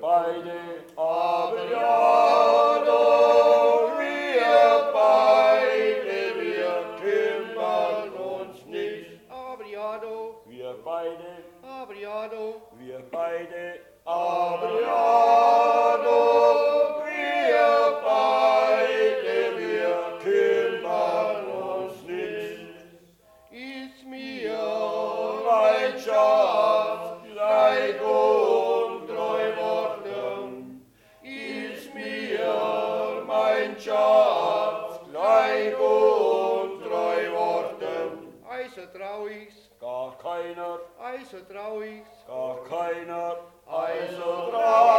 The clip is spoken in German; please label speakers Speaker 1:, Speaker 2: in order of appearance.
Speaker 1: beide, aber ja, doch wir beide, wir kümmern uns nicht.
Speaker 2: Abriado,
Speaker 1: Wir beide,
Speaker 2: abriado,
Speaker 1: wir beide, aber ja, doch wir beide, wir kümmern uns nicht.
Speaker 2: ist mir
Speaker 1: Mein Schatz, sei gut, treu worden, ist mir mein Schatz, sei gut, treu worden.
Speaker 2: also traurig,
Speaker 1: Gar keiner,
Speaker 2: also traurig,
Speaker 1: gar keiner, also trau Also also